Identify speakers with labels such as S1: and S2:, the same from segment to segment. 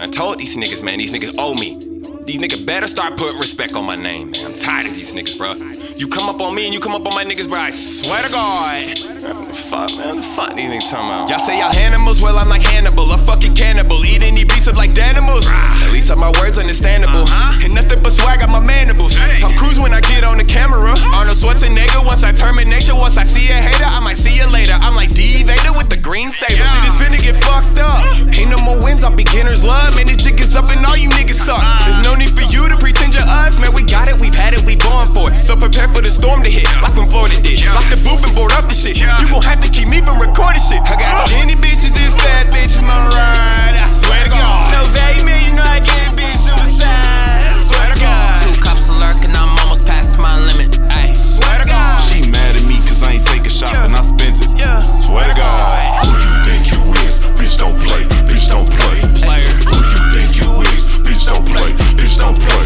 S1: I told these niggas, man, these niggas owe me. These niggas better start putting respect on my name, man. I'm tired of these niggas, bro. You come up on me and you come up on my niggas, bro. I swear to God. Man, fuck, man. The fuck these niggas talking about? Y'all say y'all animals? Well, I'm like Hannibal. A fucking cannibal. Eating these beats up like Danimals. At least are my words understandable. And nothing but swag on my mandibles. Tom Cruise when I get on the camera. Arnold Schwarzenegger once I termination. Once I see a hater, I might see you later. I'm like D. Vader with the green saber. Shit is finna get fucked up. Ain't no more wins, I'm beginner's love. Man, this jig is up and all you niggas suck. There's no need for you to pretend you're us. Man, we got it, we've had it, we going for it. So prepare for the storm to hit, like when Florida did. Lock the booth and board up the shit. You gon' have to keep me from recording shit. I got skinny bitches and fat bitches, my ride. I swear to God. No value, man, you know I get bitch suicide. Swear to God.
S2: Two cups of lurk and I'm almost past my limit. Ayy.
S1: Swear to God.
S3: She mad at me cause I ain't take a shot and I spent it.
S1: Yeah.
S3: Swear to God. Who you think you is? Bitch don't play, bitch don't play.
S2: Player.
S3: Who you think you is? Bitch don't play, bitch don't play.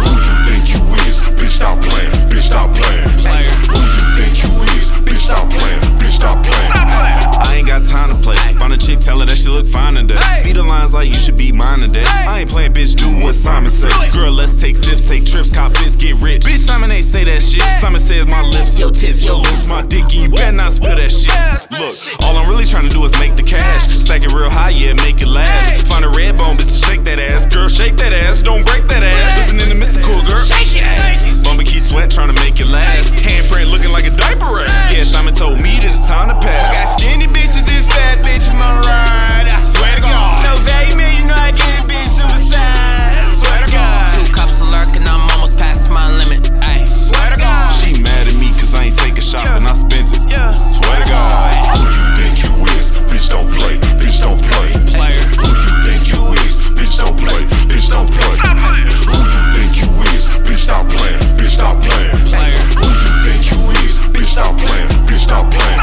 S3: Who you think you is? Bitch stop playing, bitch stop playing.
S2: Player.
S3: Who you think you is? Bitch stop playing, bitch stop playing. I ain't got time to play. Find a chick, tell her that she look fine today. Beat the lines like you should be mine today. I ain't playing, bitch. Do what Simon say. Girl, let's take sips, take trips, cop fits, get rich. Bitch, Simon ain't say that shit. Simon says my lips, your tits, your lips, my dick, and you better not spill that shit. Look, all I'm really trying to do is make the cash. Stack it real high, yeah, make it last. Find a red bone, bitch, and shake that ass. Girl, shake that ass, don't break that ass. Listen in the mystical, girl. Shake your ass. Bumba key sweat, trying to make it last. Handprint looking like a diaper rack. Yeah, Simon told me that it's time to pass.
S1: Got skinny bitches and fat bitches, my ride. I swear to God. No value, man, you know I get it, bitch suicide. Swear to God.
S2: Two cups of lurk and I'm almost past my limit. Ayy.
S1: Swear to God.
S3: She mad at me cause I ain't take a shot and I spent it.
S1: Yeah.
S3: Swear to God. Who you think you is? Bitch don't play, bitch don't play.
S2: Player.
S3: Who you think you is? Bitch don't play, bitch don't play. Who you think you is? Bitch stop playing, bitch stop playing.
S2: Player.
S3: Who you think you is? Bitch stop playing, bitch stop playing.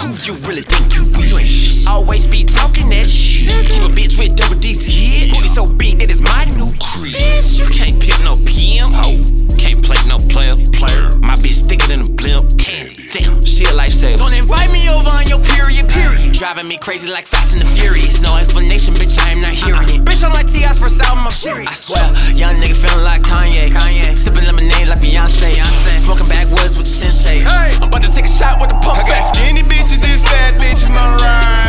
S2: Who you really think you is? Always be talking that shit. Keep a bitch with double D tits. Booty so big that it's my new crib. Bitch, you can't pick no PM. Oh, can't play no player. Player, my bitch thicker than a blimp. Damn, she a lifesaver. Don't invite me over on your period. Period. Driving me crazy like Fast and the Furious. No explanation, bitch. I am not hearing it. Bitch, I'm like T.I.'s first album. I'm serious. I swear, young nigga feeling like Kanye. Kanye. Sipping lemonade like Beyonce. Beyonce. Smoking backwoods with the sensei.
S1: Hey.
S2: I'm about to take a shot with the pump.
S1: I got
S2: fake.
S1: skinny bitches and fat bitches, my ride.